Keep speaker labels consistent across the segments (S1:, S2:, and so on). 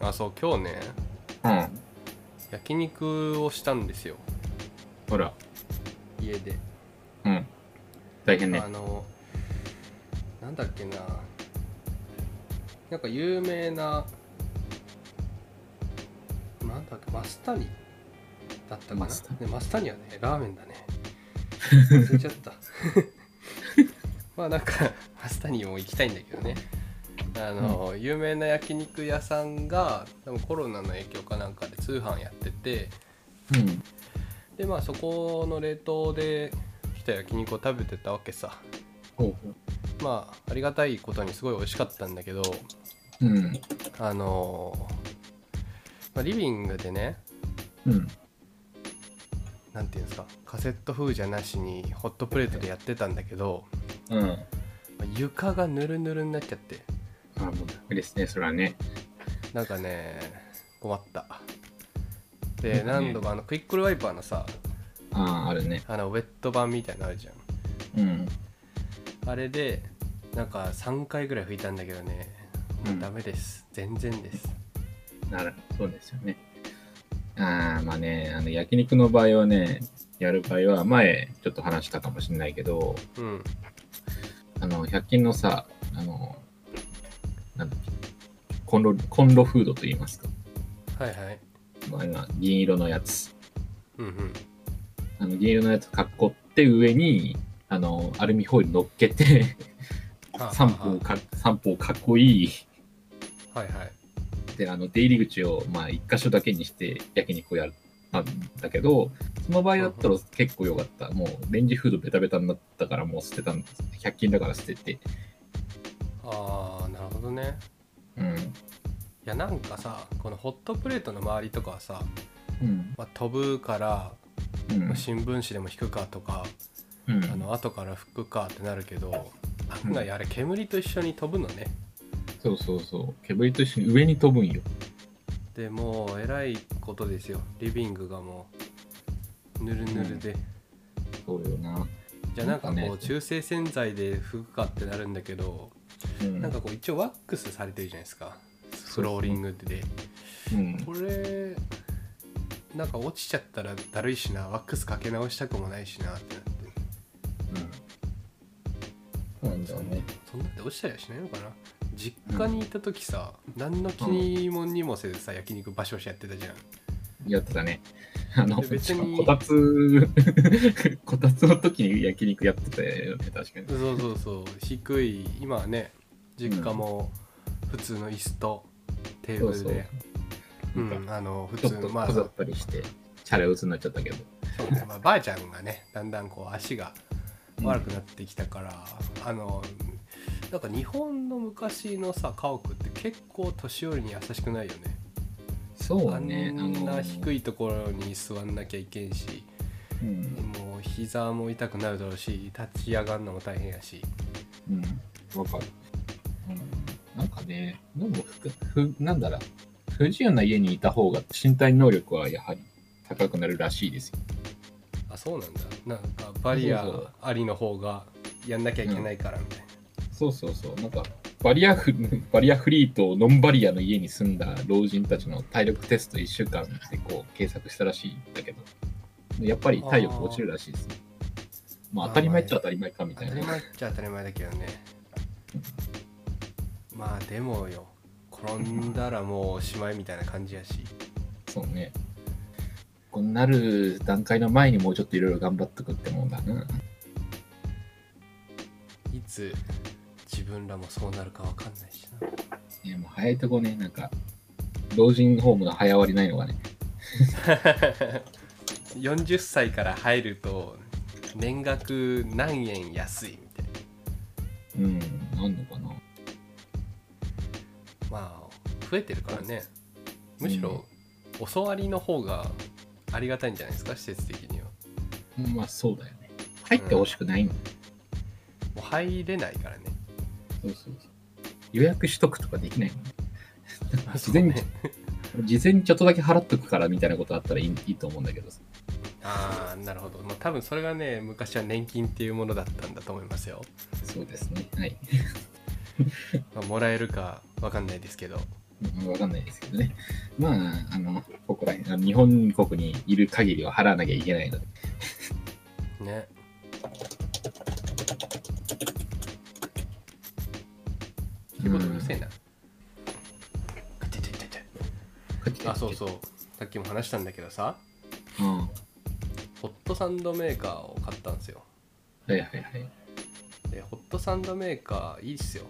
S1: あそう今日ね
S2: うん
S1: 焼肉をしたんですよ
S2: ほら
S1: 家で、
S2: うん大変ね
S1: あのなんだっけななんか有名ななんだっけマスタニだったかな
S2: マスタ
S1: ねマスタニはねラーメン だね忘れちゃった まあなんかマスタニも行きたいんだけどねあの、有名な焼肉屋さんが多分コロナの影響かなんかで通販やってて、
S2: うん
S1: でまあそこの冷凍で来た焼肉を食べてたわけさ
S2: ほ
S1: まあありがたいことにすごい美味しかったんだけど
S2: ううん
S1: あのーまあ、リビングでね
S2: うん
S1: なんていうんですかカセット風じゃなしにホットプレートでやってたんだけど、
S2: うん
S1: まあ床がぬるぬるになっちゃって
S2: あもうダメですねそれはね
S1: なんかね困った
S2: なん
S1: で
S2: かね
S1: 何度かあのクイックルワイパーのさ
S2: あああるね
S1: あのウェット版みたいなのあるじゃん
S2: うん
S1: あれでなんか3回ぐらい拭いたんだけどねもうダメです、全然です
S2: ならそうですよねああまあねあの焼肉の場合はねやる場合は前ちょっと話したかもしれないけど
S1: うん
S2: あの100均のさあのなんだっけコンロコンロフードと言いますか
S1: はいはい
S2: まあ今銀色のやつ
S1: うんうん
S2: あの銀色のやつ囲って上にあのアルミホイル乗っけて
S1: はあ
S2: 三方か三方かっこいい
S1: はいはい
S2: であの出入り口をまあ一箇所だけにして焼肉をやったんだけどその場合だったら結構良かったもうレンジフードベタベタになったからもう捨てたんです100均だから捨てて
S1: ああなるほどね
S2: う
S1: い
S2: ん
S1: やなんかさこのホットプレートの周りとかはさ、
S2: うん
S1: まあ、飛ぶから、
S2: うん
S1: まあ新聞紙でも引くかとか、
S2: うん
S1: あの後から拭くかってなるけど案外あれ煙と一緒に飛ぶのね
S2: そうそうそう煙と一緒に上に飛ぶんよ
S1: でもうえらいことですよリビングがもうぬるぬるで、
S2: そうよな
S1: じゃあなんか
S2: なん
S1: こう
S2: かね
S1: 中性洗剤で拭くかってなるんだけど、
S2: うん
S1: なんかこう一応ワックスされてるじゃないですかフローリングで
S2: うん
S1: これなんか落ちちゃったらだるいしなワックスかけ直したくもないしなってなって
S2: そうなんだよね
S1: そんなんで落ちたりはしないのかな実家にいた時さ、何の気にもにもせずさ焼肉バシバシやってたじゃん
S2: やってたね。 あの、
S1: で別
S2: しか
S1: に
S2: もこたつ、 こたつの時に焼肉やってたよね、確かに。
S1: そうそうそう低い今はね実家も普通の椅子とテーブルで
S2: そううなんか
S1: んあの普
S2: ちょ
S1: 通
S2: っと
S1: のまあ
S2: 飾ったりして、チャレ打つになっちゃったけど。
S1: そうねまあ、ばあちゃんがねだんだんこう足が悪くなってきたから、あのなんか日本の昔のさ家屋って結構年寄りに優しくないよね
S2: そうね、
S1: あんな低
S2: い。
S1: いところに座んなきゃいけんし
S2: うん。
S1: もう膝も痛くなるだろうし立ち上がるのも大変やし
S2: うん。わかる。うん。なんかね、でもふく、ふ、なんだろう、不自由な家にいた方が身体能力はやはり高くなるらしいですよ。
S1: あそうなんだなんかバリアありの方がやんなきゃいけないからみたいな、
S2: そうそうそう。なんか、バリアフ、 バリアフリーとノンバリアの家に住んだ老人たちの体力テスト1週間でこう、検索したらしいんだけど、やっぱり体力落ちるらしいですね。まあ、当たり前っちゃ当たり前かみたい
S1: 当たり
S2: な。
S1: 前っちゃ当たり前だけどねまあでもよ転んだらもうおしまいみたいな感じやし
S2: そうね。こうなる段階の前にもうちょっといろいろ頑張ってくってもんだな。
S1: いつ自分らもそうなるかわかんないしな
S2: ね、もう早いとこね、なんか、老人ホームの早割りないのがね。
S1: 40歳から入ると年額何円安いみたい
S2: うん、なんのかな。
S1: なまあ増えてるからねむしろお教わりの方がありがたいんじゃないですか施設的には
S2: うんまあ、そうだよね。入ってほしくないんだ
S1: もう入れないからね
S2: そうそうそう。予約しとくとかできない の事前に、
S1: そうね
S2: 事前にちょっとだけ払っとくからみたいなことあったらいいいいと思うんだけどさ。
S1: ああなるほど、まあ、多分それがね昔は年金っていうものだったんだと思いますよ、
S2: そうですね。はい。
S1: まあ、もらえるかわかんないですけど
S2: うんわかんないですけどね。まあ、あの、ここら辺、あの日本国にいる限りは払わなきゃいけないので、
S1: ねキーボードうるせえな、ガテテテテあそうそうさっきも話したんだけどさ
S2: うん。は
S1: ホットサンドメーカーを買ったんですよ
S2: いはいはい。
S1: でホットサンドメーカーいいっすよ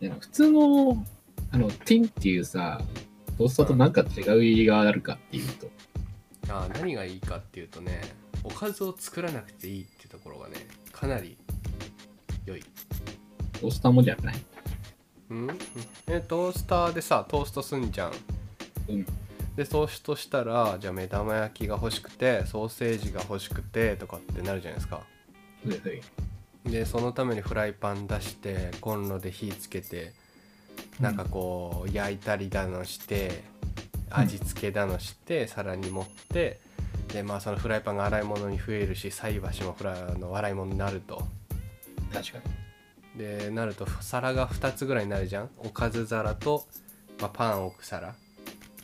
S2: でも普通の、あの、ティンっていうさ、トースターとなんか違う意味があるかっていうと、
S1: あー何がいいかっていうとねおかずを作らなくていいっていうところがねかなり良い
S2: トースターもじゃない。
S1: うんえトースターでさトーストすんじゃん
S2: うん。
S1: でトーストしたらじゃあ目玉焼きが欲しくてソーセージが欲しくてとかってなるじゃないですか
S2: はいはい。
S1: でそのためにフライパン出してコンロで火つけてなんかこう焼いたりだのして
S2: うん
S1: 味付けだのして皿に盛ってでまあそのフライパンが洗い物に増えるし菜箸もフラあの洗い物になると
S2: 確か
S1: でなると皿が2つぐらいになるじゃんおかず皿と、まあ、パン置く皿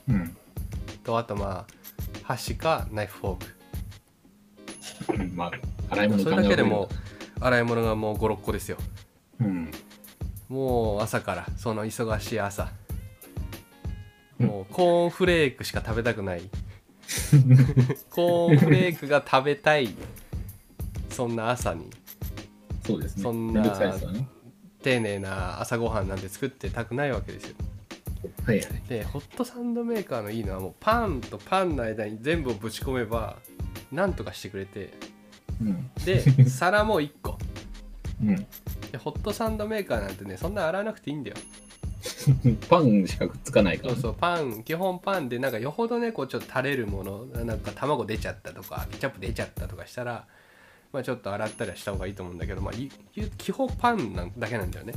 S2: に。うん。
S1: とあとまあ箸かナイフフォーク
S2: うんまあ、洗い物
S1: それだけでも洗い物がもう56個ですよ
S2: うん。
S1: もう朝からその忙しい朝
S2: うん
S1: もうコーンフレークしか食べたく ないコーンフレークが食べたいそんな朝に
S2: そうですね。
S1: そんな
S2: めんどくさいですよね。
S1: 丁寧な朝ごはんなんて作ってたくないわけですよ
S2: はいはい。
S1: でホットサンドメーカーのいいのはもうパンとパンの間に全部をぶち込めばなんとかしてくれて
S2: うん。
S1: で皿も1個
S2: うん。
S1: でホットサンドメーカーなんてねそんな洗わなくていいんだよ
S2: パンしかくっつかないか
S1: そう
S2: らね、
S1: そうパン基本パンでなんかよほどねこうちょっと垂れるものなんか卵出ちゃったとかケチャップ出ちゃったとかしたら、まあ、ちょっと洗ったりはした方がいいと思うんだけど、まあ、い基本パンなんだけなんだよね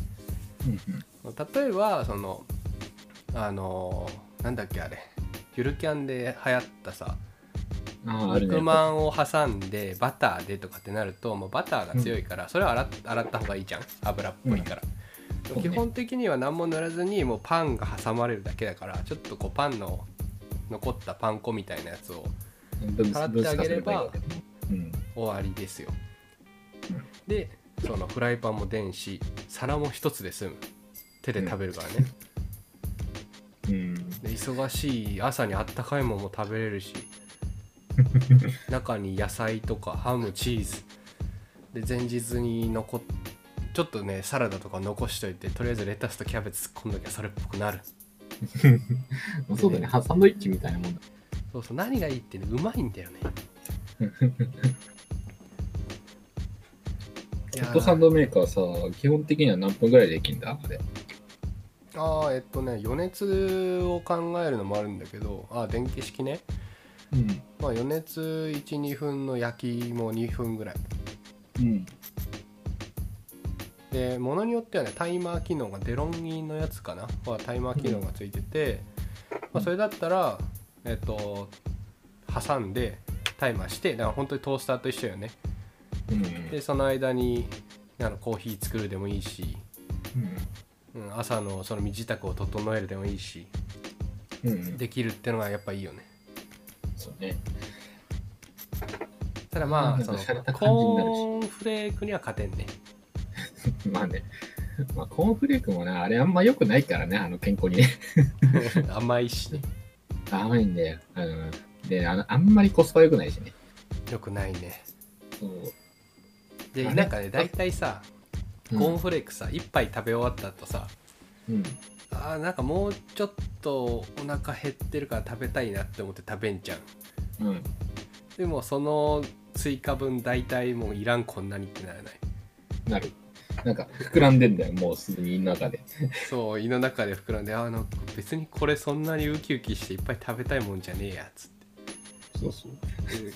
S2: うんうん
S1: 例えばそのあのなんだっけあれゆるキャンで流行ったさ
S2: ああ、あるね。
S1: 肉まんを挟んでバターでとかってなるともうバターが強いからそれは洗っ洗った方がいいじゃん油っぽいから、
S2: そうね
S1: 基本的には何も塗らずにもうパンが挟まれるだけだからちょっとこうパンの残ったパン粉みたいなやつを
S2: 分
S1: 払ってあげれば
S2: うん。
S1: 終わりですよ、
S2: うん
S1: でそのフライパンも電子皿も一つで済む手で食べるからね、
S2: うん。
S1: で忙しい朝にあったかいもんも食べれるし中に野菜とかハムチーズで前日に残っちょっとねサラダとか残しといてとりあえずレタスとキャベツ突っ込んどきゃそれっぽくなる
S2: そうだね、サンドイッチみたいなもんだ。
S1: そうそう何がいいってねうまいんだよねい
S2: ホ
S1: や
S2: ットサンドメーカーさ、基本的には何分ぐらいでできんだあれ。
S1: あーえっとね余熱を考えるのもあるんだけどあー電気式ね
S2: うん。
S1: まあ余熱12分の焼きも2分ぐらい
S2: うん。
S1: で物によってはねタイマー機能がデロンギのやつかなはタイマー機能がついてて、まあ、それだったらえっ、と挟んでタイマーしてだから本当にトースターと一緒よね
S2: うん。
S1: でその間にあのコーヒー作るでもいいし、うん、朝のその身支度を整えるでもいいし
S2: うん。うん。
S1: できるってのがやっぱいいよね
S2: そうね。
S1: ただま
S2: う
S1: あ
S2: ん
S1: その
S2: なんか洒落た感じになるし
S1: コーンフレークには勝てん ね
S2: まあね。まあ、コーンフレークもね、あれあんま良くないからね、あの健康にね。
S1: 甘いしね
S2: 甘いんだよ。うん。で、あのあんまりコスパ良くないしね。
S1: よくないね
S2: そう。
S1: で
S2: あれ
S1: なんかね大体さ
S2: うん
S1: コーンフレークさ1杯食べ終わった後さ
S2: うん。
S1: あーなんかもうちょっとお腹減ってるから食べたいなって思って食べんじゃん
S2: うん。
S1: でもその追加分大体もういらんこんなにってな らない
S2: なる。なんか、膨らんでんだよ、もうすでに胃の中で。
S1: そう胃の中で膨らんであーなんか別にこれそんなにウキウキしていっぱい食べたいもんじゃねえやつっ
S2: そうそう。
S1: て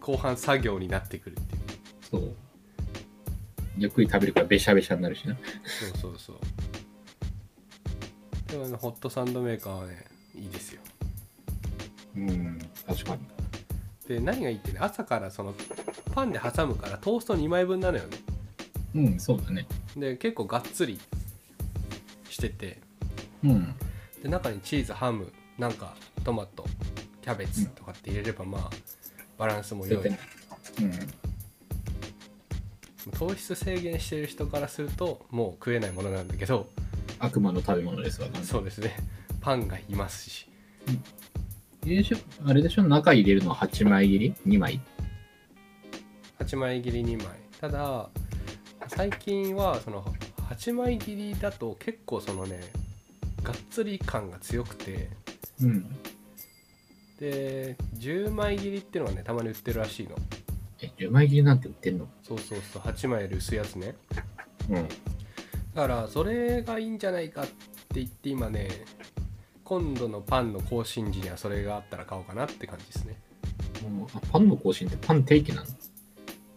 S1: 後半作業になってくるっていう
S2: そう。ゆっくり食べるからべしゃべしゃになるしな。
S1: そうそうそうでもねホットサンドメーカーはねいいですよ
S2: うん、確かに。
S1: で何がいいってね朝からそのパンで挟むからトースト2枚分なのよね
S2: うん、そうだね。
S1: で結構がっつりしてて
S2: うん。
S1: で中にチーズハムなんかトマトキャベツとかって入れればまあバランスも
S2: そうや
S1: 良
S2: って
S1: い
S2: ねうん。
S1: 糖質制限してる人からするともう食えないものなんだけど
S2: 悪魔の食べ物ですわ。
S1: そうですねパンがいますし
S2: 夕食あれでしょ中入れるのは8枚切り ?2 枚
S1: 8枚切り2枚ただ最近はその8枚切りだと結構そのねがっつり感が強くて
S2: うん。
S1: で10枚切りっていうのがねたまに売ってるらしいの
S2: え、10枚切りなんて売ってんの
S1: そうそうそう8枚より薄いやつね
S2: うん。
S1: だからそれがいいんじゃないかって言って今ね今度のパンの更新時にはそれがあったら買おうかなって感じですね
S2: あパンの更新ってパン定期な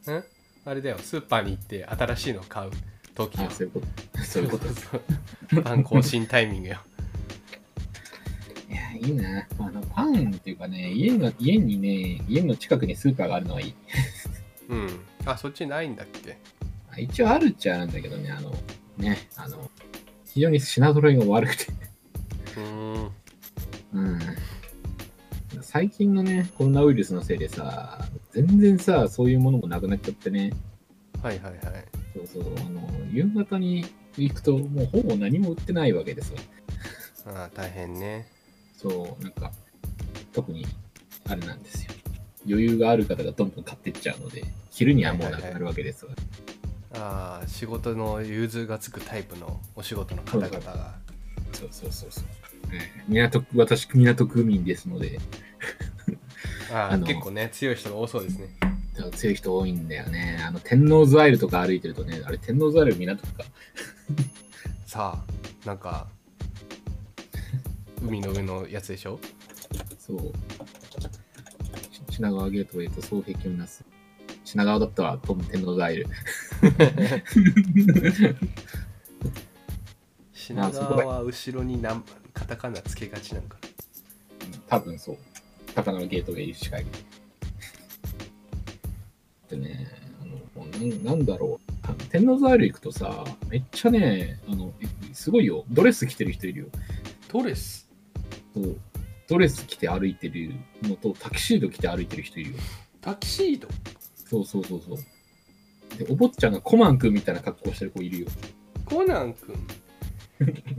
S2: の
S1: んあれだよスーパーに行って新しいの買う時
S2: あ、そういうこと。 そういうこと。
S1: そうそうパン更新タイミングよ
S2: いや、いいな。あの、パンっていうかね、家が、家にね、家の近くにスーパーがあるのはいい。
S1: うんあそっちないんだっけ
S2: あ一応あるっちゃあるんだけどね、あの、ね、あの、非常に品揃えが悪くて。
S1: うーん
S2: うん。最近のね、コロナウイルスのせいでさ、全然さ、そういうものもなくなっちゃってね。
S1: はいはいはい
S2: そうそう、あの、夕方に行くと、もうほぼ何も売ってないわけですよ。
S1: あー大変ね
S2: そう、なんか、特に、あれなんですよ。余裕がある方がどんどん買ってっちゃうので、昼にはもうなくなるわけですわ。
S1: あー仕事の融通がつくタイプのお仕事の方々が
S2: そうそうそうそう。ええ港区、私、港区民ですので、
S1: あー
S2: あの
S1: 結構ね強い人が多そうですね
S2: 強い人多いんだよね。あの、天王洲アイルとか歩いてるとね、あれ、天王洲アイル港区か。
S1: さあなん か海の上のやつでしょ
S2: そう。し品川ゲートウェイと双璧をなす。品川だったわ、と天王洲アイル。
S1: 品川は後ろになんカタカナつけがちなんか
S2: 多分そう。高輪ゲートウェイしかいない。でね、あの、なんなんだろう。あの天王洲アイル行くとさ、めっちゃね、あの、すごいよ。ドレス着てる人いるよ。
S1: ドレス
S2: そうドレス着て歩いてるのと、タキシード着て歩いてる人いるよ。
S1: タキシード
S2: そうそうそうそう。で、お坊ちゃんがコマン君みたいな格好してる子いるよ。
S1: コナン 君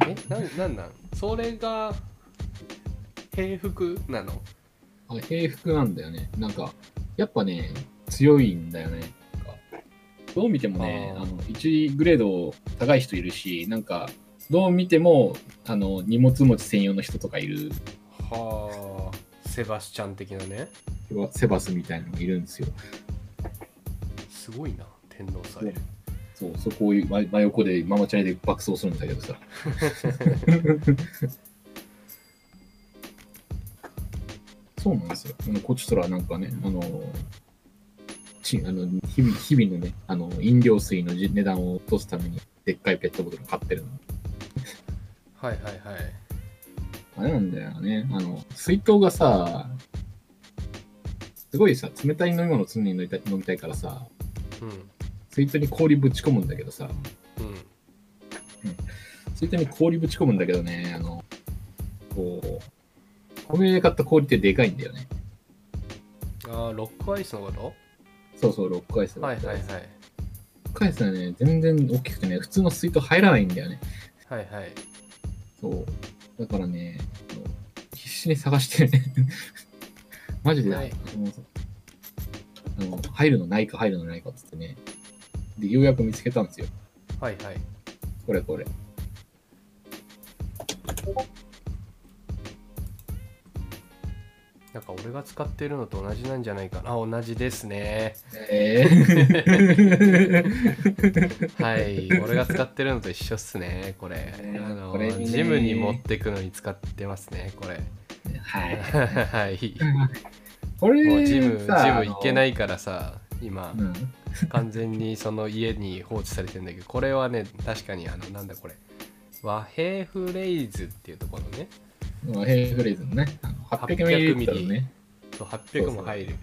S1: えなんなんなんそれが平服なの
S2: あ平服なんだよね。なんか、やっぱね、強いんだよね。なんかどう見てもね、
S1: あー
S2: あの1グレード高い人いるし、なんか、どう見ても、あの、荷物持ち専用の人とかいる、
S1: はあセバスチャン的なね
S2: セバスみたいなのがいるんですよ。
S1: すごいな天皇祭
S2: ねそう、そこを真真横でママチャリで爆走するんだけどさ。そうなんですよ。あのこっちとらなんかね、あの、ちあの日々日々のね、あの飲料水のじ値段を落とすために、でっかいペットボトル買ってるの。
S1: はいはいはい
S2: あれなんだよね。あの、水筒がさ、すごいさ、冷たい飲み物常に飲みたい飲みたいからさ、
S1: う
S2: 水筒に氷ぶち込むんだけどさ、
S1: んうん
S2: 水筒に氷ぶち込むんだけどね、あの、こう、コンビニで買った氷ってでかいんだよね。
S1: あーロックアイスのこ
S2: そうそう、6回
S1: と
S2: 戦。
S1: はいはいはい
S2: 6回戦はね、全然大きくてね、普通の水筒入らないんだよね。
S1: はいはい
S2: そう。だからね、あの必死に探してね、 マジで、
S1: はい
S2: あのあの、入るのないか入るのないかっつってね、で、ようやく見つけたんですよ。
S1: はいはい
S2: これこれ。
S1: なんか俺が使ってるのと同じなんじゃないかなあ同じです ね
S2: えー
S1: はい俺が使ってるのと一緒っすねこれあ
S2: ね
S1: の
S2: これね
S1: ジムに持ってくのに使ってますねこ れ
S2: はい。
S1: はい
S2: これ
S1: もうジムジム
S2: さ。
S1: 行けないいからさ今
S2: あのうん
S1: 完全にその家に放置されてんだけどこれはね確かにあのなんだこれ和平フレーズっていうところね
S2: まあヘイフレーズのね、あの800ミリリットルね。
S1: そう800も入る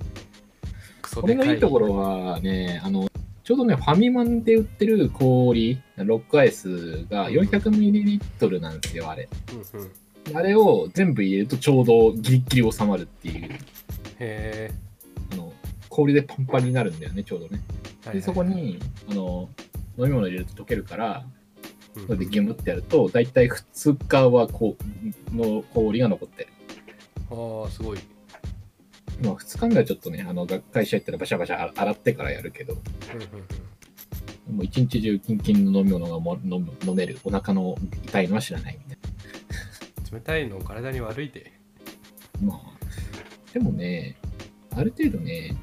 S1: クソ
S2: こ
S1: で
S2: れ
S1: か
S2: の
S1: い
S2: いいところはね、あの、ちょうどね、ファミマンで売ってる氷、ロックアイスが 400ml なんですよ、あれ。
S1: うんうんへ
S2: あれを全部入れるとちょうどギリギリ収まるっていう、
S1: え
S2: あの氷でパンパンになるんだよね、ちょうどね。で、そこにあの飲み物入れると溶けるから、
S1: うん
S2: それでギュムってやると、だいたい2日はこうの氷が残ってる。
S1: ああすごい
S2: まあ、2日ぐらいちょっとね、あの学会社行ったらバシャバシャ洗ってからやるけど、
S1: うんうんうん
S2: もう一日中キンキンの飲み物がも飲む飲める、お腹の痛いのは知らないみたい
S1: 冷たいの体に悪いで
S2: な。まあ、でもね、ある程度ね、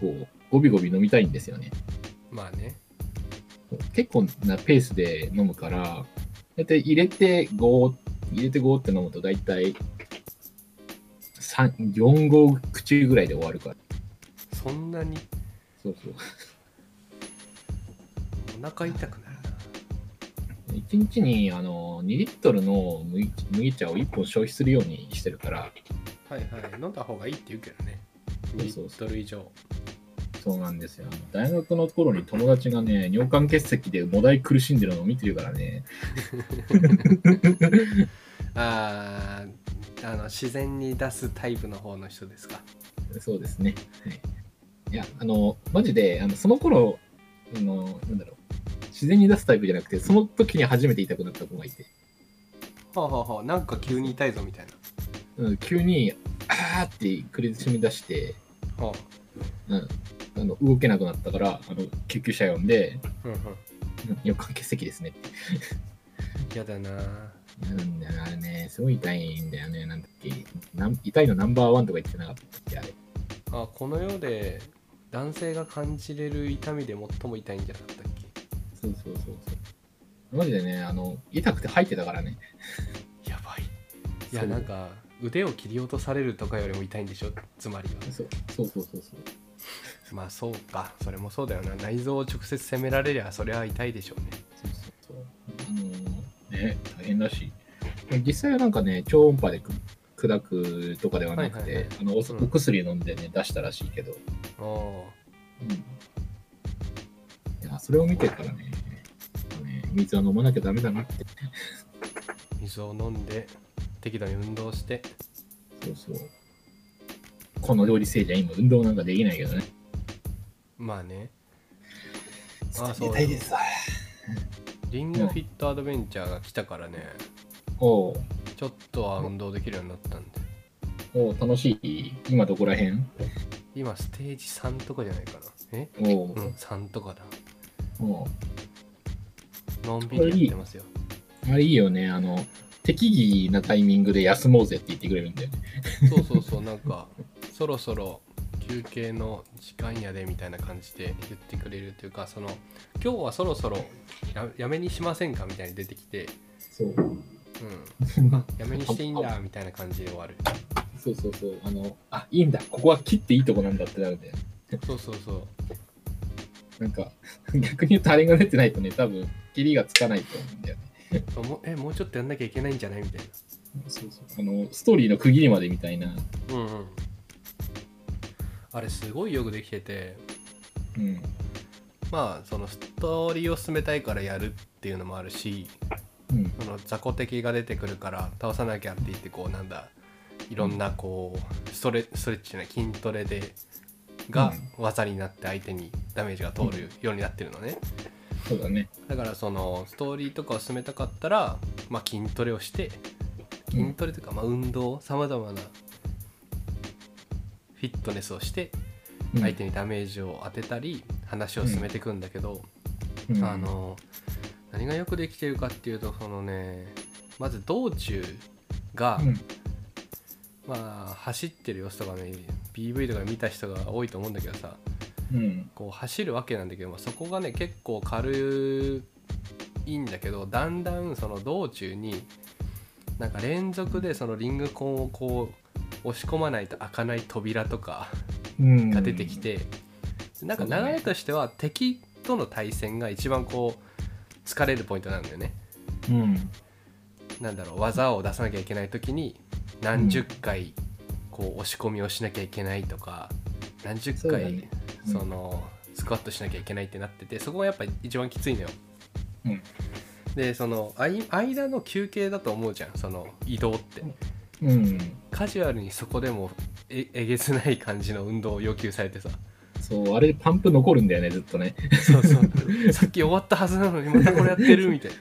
S2: こう、ゴビゴビ飲みたいんですよね。
S1: まあね
S2: 結構なペースで飲むから、だいたい入れて5、入れて5って飲むとだいたい3 4合口ぐらいで終わるから。
S1: そんなに
S2: そうそう。
S1: お腹痛くなるな
S2: 1日にあの2リットルの麦麦茶を1本消費するようにしてるから、
S1: はいはい飲んだ方がいいって言うけどね2
S2: そ
S1: リ
S2: うそう
S1: ッ
S2: そ
S1: トル以上
S2: そうなんですよ。大学の頃に友達がね、尿管結石でもだい苦しんでるのを見てるからね。
S1: あーあの自然に出すタイプの方の人ですか
S2: そうですね。はい、いや、あの、マジで、あのその頃、あの、なんだろう。自然に出すタイプじゃなくて、その時に初めて痛くなった子がいて、
S1: はあ、はあはあ、なんか急に痛いぞみたい
S2: うん、急に、あーって苦しみ出して、
S1: なは
S2: うん、あの動けなくなったから、あの救急車呼んで、
S1: あうんうん
S2: うん尿管結石ですねって
S1: 嫌だな
S2: 嫌なんだよねあれね、すごい痛いんだよね、なんだっけ、なん痛いのナンバーワンとか言ってなかったっけ、あれ。
S1: あこの世で男性が感じれる痛みで最も痛いんじゃなかったっ
S2: そうそうそうそう。マジでね、あの、痛くて吐いてたからね。
S1: けやばいいや
S2: そう
S1: なんか腕を切り落とされるとかよりも痛いんでしょつまりは
S2: そうそうそうそうそう。
S1: まあそうかそれもそうだよな内臓を直接責められりゃそれは痛いでしょうね
S2: そうそうそう。あのね、大変だし。実際はなんかね、超音波でく砕くとかではなく
S1: はい
S2: て、
S1: はいはい
S2: あのお
S1: うん
S2: お薬飲んでね、出したらしいけど。
S1: おお
S2: うん。いや、それを見てからね、やっぱね水は飲まなきゃダメだなって。
S1: ー水を飲んで適度に運動して
S2: そうそう。この料理せいじゃ今運動なんかできないけどね。
S1: まあねあそう
S2: 寝たいですわ。
S1: リングフィットアドベンチャーが来たからね
S2: おう
S1: ちょっとは運動できるようになったんで
S2: おう楽しい今どこら辺
S1: 今ステージ3とかじゃないかなえ
S2: おう
S1: う、ん3とかだ
S2: おう
S1: のんびりやってますよ
S2: あれいいよね。あの、適宜なタイミングで休もうぜって言ってくれるんだよね。
S1: そうそうそうなんかそろそろ休憩の時間やでみたいな感じで言ってくれるというかその今日はそろそろややめにしませんかみたいに出てきて、
S2: そう。
S1: うん、あやめにしていいんだみたいな感じで終わる
S2: そうそうそう。あの、あ、いいんだ。ここは切っていいとこなんだってなるんだよ。
S1: そうそうそう
S2: なんか、 逆に言うとあれが出てないとね、多分、切りがつかないと思うんだよね。
S1: あもうえもうちょっとやんなきゃいけないんじゃないみたい
S2: そうそう。あの、ストーリーの区切りまでみたいな。
S1: なうんうんあれすごいよくできてて
S2: うん。
S1: まあそのストーリーを進めたいからやるっていうのもあるし
S2: うん。
S1: その雑魚敵が出てくるから倒さなきゃって言ってこうなんだいろんなこうストレストレッチじゃない筋トレでが技になって相手にダメージが通るようになってるのね
S2: そうだね。
S1: だからそのストーリーとかを進めたかったら、まあ、筋トレをして
S2: う
S1: 筋
S2: ん。
S1: トレというかまあ運動さまざまなフィットネスをして相手にダメージを当てたり話を進めていくんだけど、
S2: うん
S1: あ、の何がよくできてるかっていうとそのねまず道中が、
S2: うん。
S1: まあ走ってる様子とかね PV とか見た人が多いと思うんだけどさ
S2: うん。
S1: こう走るわけなんだけど、まあ、そこがね結構軽いんだけどだんだんその道中になんか連続でそのリングコンをこう押し込まないと開かない扉とか
S2: うん
S1: が出てき。て、なんか流れとしては敵との対戦が一番こう疲れるポイントなんだよね。
S2: うん。
S1: なんだろう技を出さなきゃいけない時に何十回こう押し込みをしなきゃいけないとか何十
S2: そうだ
S1: 回
S2: ねうん
S1: そのスクワットしなきゃいけないってなっててそこがやっぱ一番きついのよ。
S2: うん
S1: でそのあい間の休憩だと思うじゃんその移動って
S2: うん、
S1: カジュアルにそこでもええげつない感じの運動を要求されてさ
S2: そう、あれパンプ残るんだよね、ずっとね。
S1: そうそう さっき終わったはずなのにまたこれやってるみたいな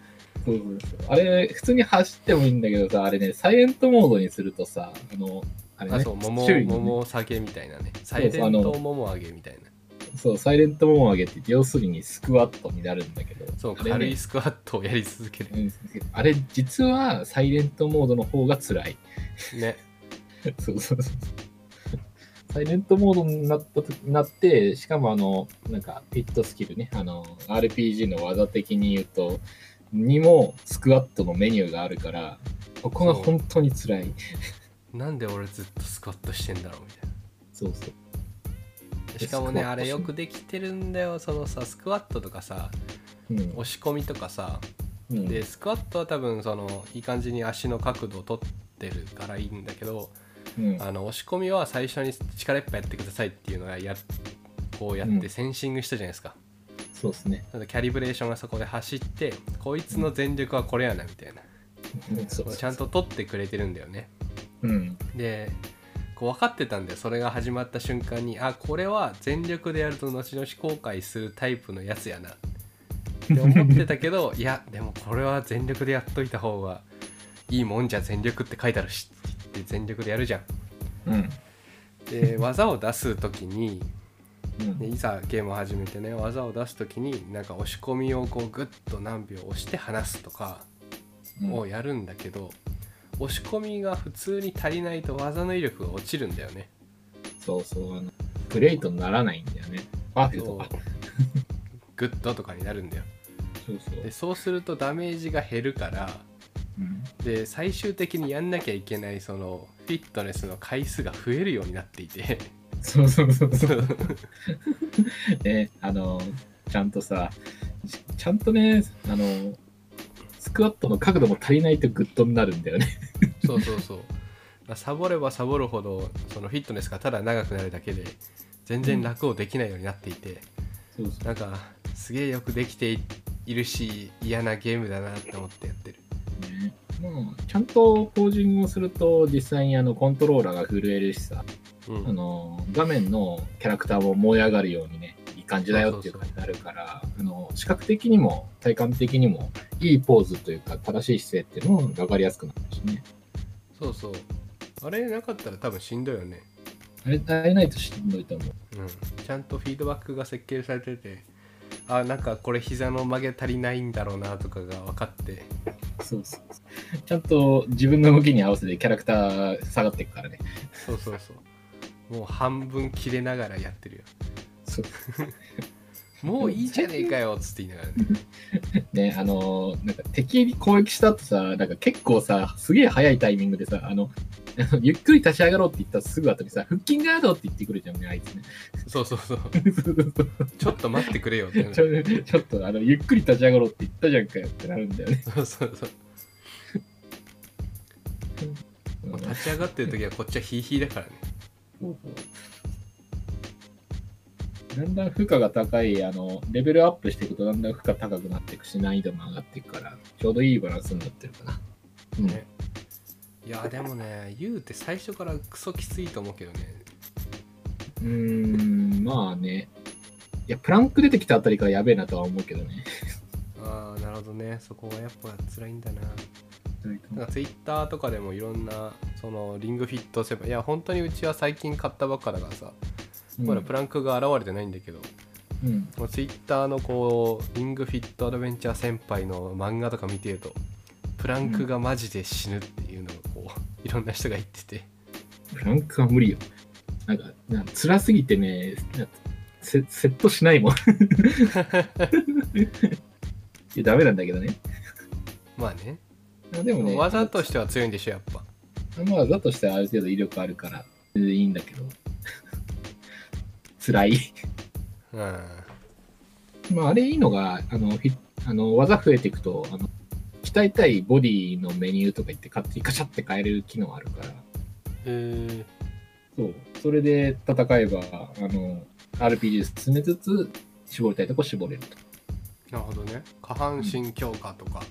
S2: そうそうそうあれ、普通に走ってもいいんだけどさ、あれね、サイレントモードにするとさ、あの、あれね、
S1: あそう桃
S2: 周囲のね
S1: 桃下げみたいなねサ
S2: そ
S1: イ
S2: うそう
S1: レント桃上げみたいな
S2: そう、サイレントモード上げて、要するにスクワットになるんだけど、
S1: そう
S2: あれね
S1: 軽いスクワットをやり続ける
S2: うんあれ、実はサイレントモードの方が辛い。
S1: ね
S2: そうそうそう。サイレントモードになったとなって、しかもあの、なんか、ピットスキルね、あの、RPG の技的に言うと、にもスクワットのメニューがあるから、ここが本当に辛い。
S1: なんで俺ずっとスクワットしてんだろうみたいな
S2: そうそう。
S1: しかもね
S2: スクワット
S1: あれよくできてるんだよそのさスクワットとかさ
S2: うん
S1: 押し込みとかさ
S2: うん
S1: でスクワットは多分そのいい感じに足の角度を取ってるからいいんだけど
S2: うん
S1: あの押し込みは最初に力いっぱいやってくださいっていうのがやこうやっ
S2: う
S1: て
S2: ん
S1: センシングしたじゃないですか、
S2: そうですね。
S1: なんかキャリブレーションがそこで走ってこいつの全力はこれやなみたいな、
S2: うんそう
S1: ちゃんと取ってくれてるんだよね
S2: うん。
S1: でこう分かってたんだよそれが始まった瞬間にあこれは全力でやると後々後悔するタイプのやつやなって思ってたけどいやでもこれは全力でやっといた方がいいもんじゃ全力って書いてあるしって言って全力でやるじゃん。
S2: うん。
S1: で技を出す時に
S2: うん
S1: でいざゲームを始めてね技を出す時になんか押し込みをこうグッと何秒押して離すとかをやるんだけど、押し込みが普通に足りないと技の威力が落ちるんだよね。
S2: そうそう。あのグレートにならないんだよね。パーフェクトか。
S1: グッドとかになるんだよ
S2: そうそう
S1: でそうするとダメージが減るから
S2: うん
S1: で最終的にやんなきゃいけないそのフィットネスの回数が増えるようになっていて
S2: そうそうそ う
S1: そ
S2: そう。
S1: う
S2: ね、あの、ちゃんとさ、ちちゃんとね、あの、スクワットの角度も足りないとグッドになるんだよね。
S1: そうそうそうサボればサボるほどそのフィットネスがただ長くなるだけで全然楽をできないようになっていて、
S2: そうそう。
S1: なんかすげえよくできているし嫌なゲームだなって思ってやってる
S2: ね、もうちゃんとポージングをすると、実際にあのコントローラーが震えるしさ、
S1: うん
S2: あの画面のキャラクターも燃え上がるようにねいい感じだよっていう感じになるからあの視覚的にも体感的にもいいポーズというか正しい姿勢っていうのも分かりやすくなるしね
S1: そうそうあれなかったら多分しんどいよね
S2: あれ耐えないとしんどいと思う
S1: うん、ちゃんとフィードバックが設計されててあなんかこれ膝の曲げ足りないんだろうなとかが分かって
S2: そうそうそうちゃんと自分の動きに合わせてキャラクター下がっていくからね
S1: そうそうそう もう半分切れながらやってるよ
S2: そう
S1: もういいじゃねえかよっつって言いながらね
S2: ねあのなんか敵に攻撃した後さなんか結構さすげえ早いタイミングでさあの あのゆっくり立ち上がろうって言ったすぐ後にさ腹筋ガードって言ってくるじゃんねあいつね
S1: そうそうそう
S2: そうそうそう
S1: ちょっと待ってくれよってな
S2: ち
S1: る
S2: ょちょっとあのゆっくり立ち上がろうって言ったじゃんかよってなるんだよね。
S1: そうそうそうもう立ち上がってる時はこっちはヒーヒーだからね
S2: だんだん負荷が高いあのレベルアップしていくとだんだん負荷高くなっていくし難易度も上がっていくからちょうどいいバランスになってるかな。うん
S1: ねいやでもね言うて最初からクソきついと思うけどね
S2: うーんまあねいやプランク出てきたあたりからやべえなとは思うけどね。
S1: ああなるほどねそこがやっぱ辛いんだななんかツイッターとかでもいろんなそのリングフィットセブンいや本当にうちは最近買ったばっかだからさ
S2: うん
S1: まだプランクが現れてないんだけど、
S2: うん
S1: もうツイッターのこうリングフィットアドベンチャー先輩の漫画とか見てるとプランクがマジで死ぬっていうのをこ ういろんな人が言ってて
S2: プランクは無理よ。なんかなんか辛すぎてねなんかセセットしないもん。 いやダメなんだけどね。
S1: まあね
S2: あでもね、
S1: 技としては強いんでしょやっぱ
S2: まあ、技としてはある程度威力あるから、全然いいんだけど。 辛い。
S1: うん
S2: まあ、あれいいのが、あの、フィあの技増えていくと、あの、鍛えたいボディのメニューとか言って、勝手にカシャって変えれる機能あるから、
S1: え
S2: そう。それで戦えば、あの、RPG 進めつつ、絞りたいとこ絞れると。
S1: なるほどね下半身強化とか、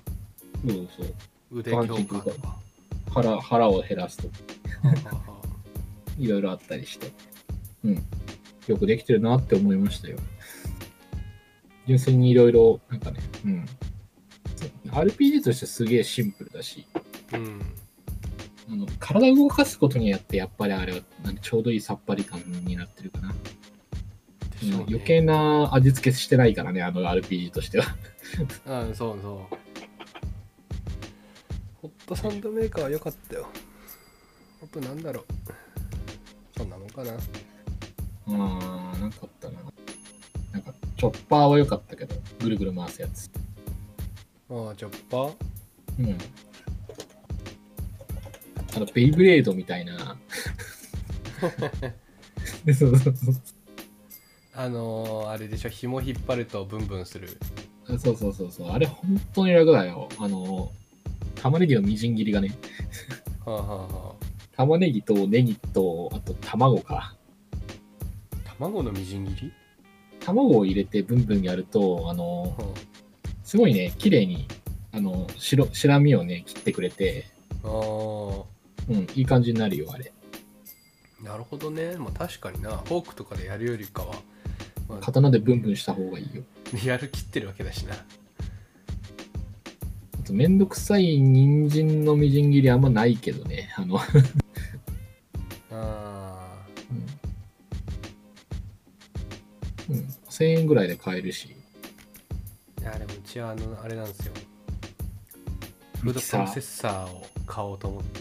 S2: そうそう。
S1: 腕強化とか
S2: 下半身強腹腹を減らすとか、
S1: はあはあはあ
S2: いろいろあったりして。うん。よくできてるなって思いましたよ。純粋にいろいろ、なんかね、うん。RPG としてすげえシンプルだし、
S1: うん
S2: あの体を動かすことによって、やっぱりあれはなんかちょうどいいさっぱり感になってるかな。
S1: でしょうね
S2: 余計な味付けしてないからね、あの RPG としては。
S1: うんそうそうホットサンドメーカーは良かったよあとなんだろうそんなもんかな
S2: あー、なかったな。なんか、チョッパーは良かったけど、ぐるぐる回すやつ。
S1: ああチョッパー
S2: うん。あの、ベイブレードみたいな。 そうそうそう
S1: あのー、あれでしょ紐引っ張るとブンブンする
S2: あそうそうそうそう。あれ、本当に楽だよ。あの、玉ねぎのみじん切りがね、
S1: はあはあは
S2: 玉ねぎとネギと、あと卵か。
S1: あ卵のみじん切り、
S2: 卵を入れてブンブンやると、あの、
S1: は
S2: すごいね、綺麗に、あの、白、白身をね、切ってくれて、
S1: あ、あ
S2: うん、いい感じになるよ、あれ。
S1: あなるほどねまあ確かになフォークとかでやるよりかは、まあ、
S2: 刀でブンブンした方がいいよ。
S1: リアル切ってるわけだしな
S2: あと、めんどくさい人参のみじん切りあんまないけどね。あの、
S1: あ
S2: うん、1000円ぐらいで買えるし、
S1: ーいやでもうちはあのあれなんですよフー
S2: ミ
S1: ド
S2: キ
S1: プ
S2: サ
S1: ロセッ
S2: ー。
S1: サーを買おうと思って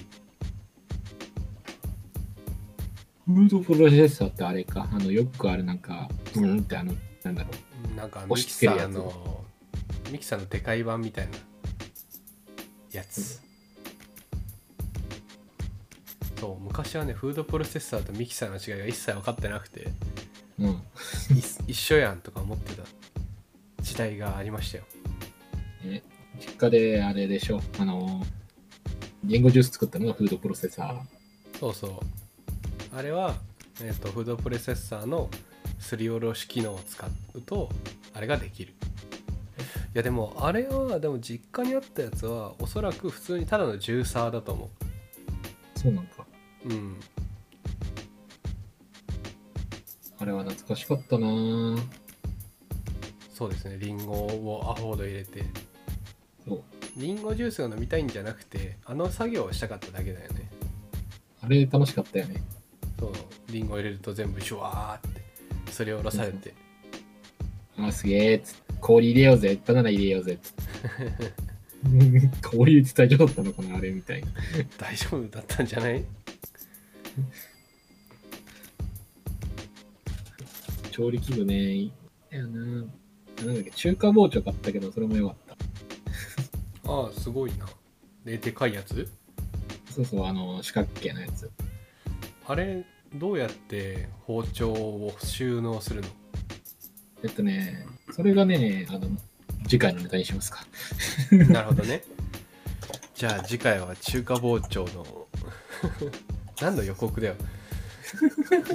S2: フードプロセッサーってあれか、あの、よくあるなんか、ブーンってあの、なんだろ
S1: なんかミ
S2: 押
S1: キ
S2: し付
S1: サ
S2: ける
S1: ー
S2: やつ
S1: のミキサーのでかい版みたいなやつ、そう昔はねフードプロセッサーとミキサーの違いが一切分かってなく て
S2: う。うん。
S1: い一緒やんとか思ってた時代がありましたよ
S2: え実家であれでしょ、あの、言語ジュース作ったのがフードプロセッサー。
S1: そうそうあれは、えー、とフードプロセッサーのすりおろし機能を使うとあれができるいやでもあれはでも実家にあったやつはおそらく普通にただのジューサーだと思う
S2: そうなんか。
S1: うん、
S2: あれは懐かしかったなぁ
S1: そうですねリンゴをアホほど入れて
S2: そう。
S1: リンゴジュースが飲みたいんじゃなくてあの作業をしたかっただけだよね
S2: あれ楽しかったよね。
S1: そうリンゴ入れると全部シュワーってすりおろされ て
S2: あ、すげえ、つ氷入れようぜ、バナナ入れようぜ、つってうん 氷って大丈夫だったのかな、あれみたいな。
S1: 大丈夫だったんじゃない
S2: 調理器具ね、いいんだよななんだっけ、中華包丁買ったけど、それもよかっ
S1: ああすごいなででかいやつ
S2: た。そうそう、あの、四角形のやつ。
S1: あれどうやって包丁を収納するの
S2: えっとね、それがね、あの、次回のネタにしますか。
S1: なるほどねじゃあ次回は中華包丁の 何の予告だよ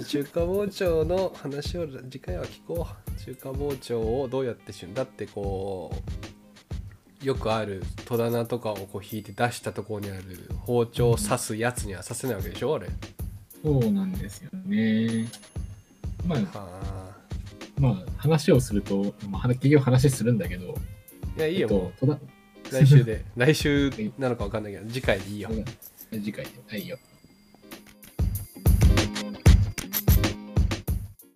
S1: 中華包丁の話を次回は聞こう中華包丁をどうやってしゅんだってこうよくある戸棚とかをこう引いて出したところにある包丁を刺すやつには刺せないわけでしょあれは
S2: そうなんですよね。まあ、
S1: あ
S2: まあ、話をすると、まあ、結局話するんだけど、
S1: いやいい
S2: えっ
S1: よも
S2: と、戸棚
S1: う来週で来週なのか分かんないけど次回でいいよ
S2: うん次回で。はいよ。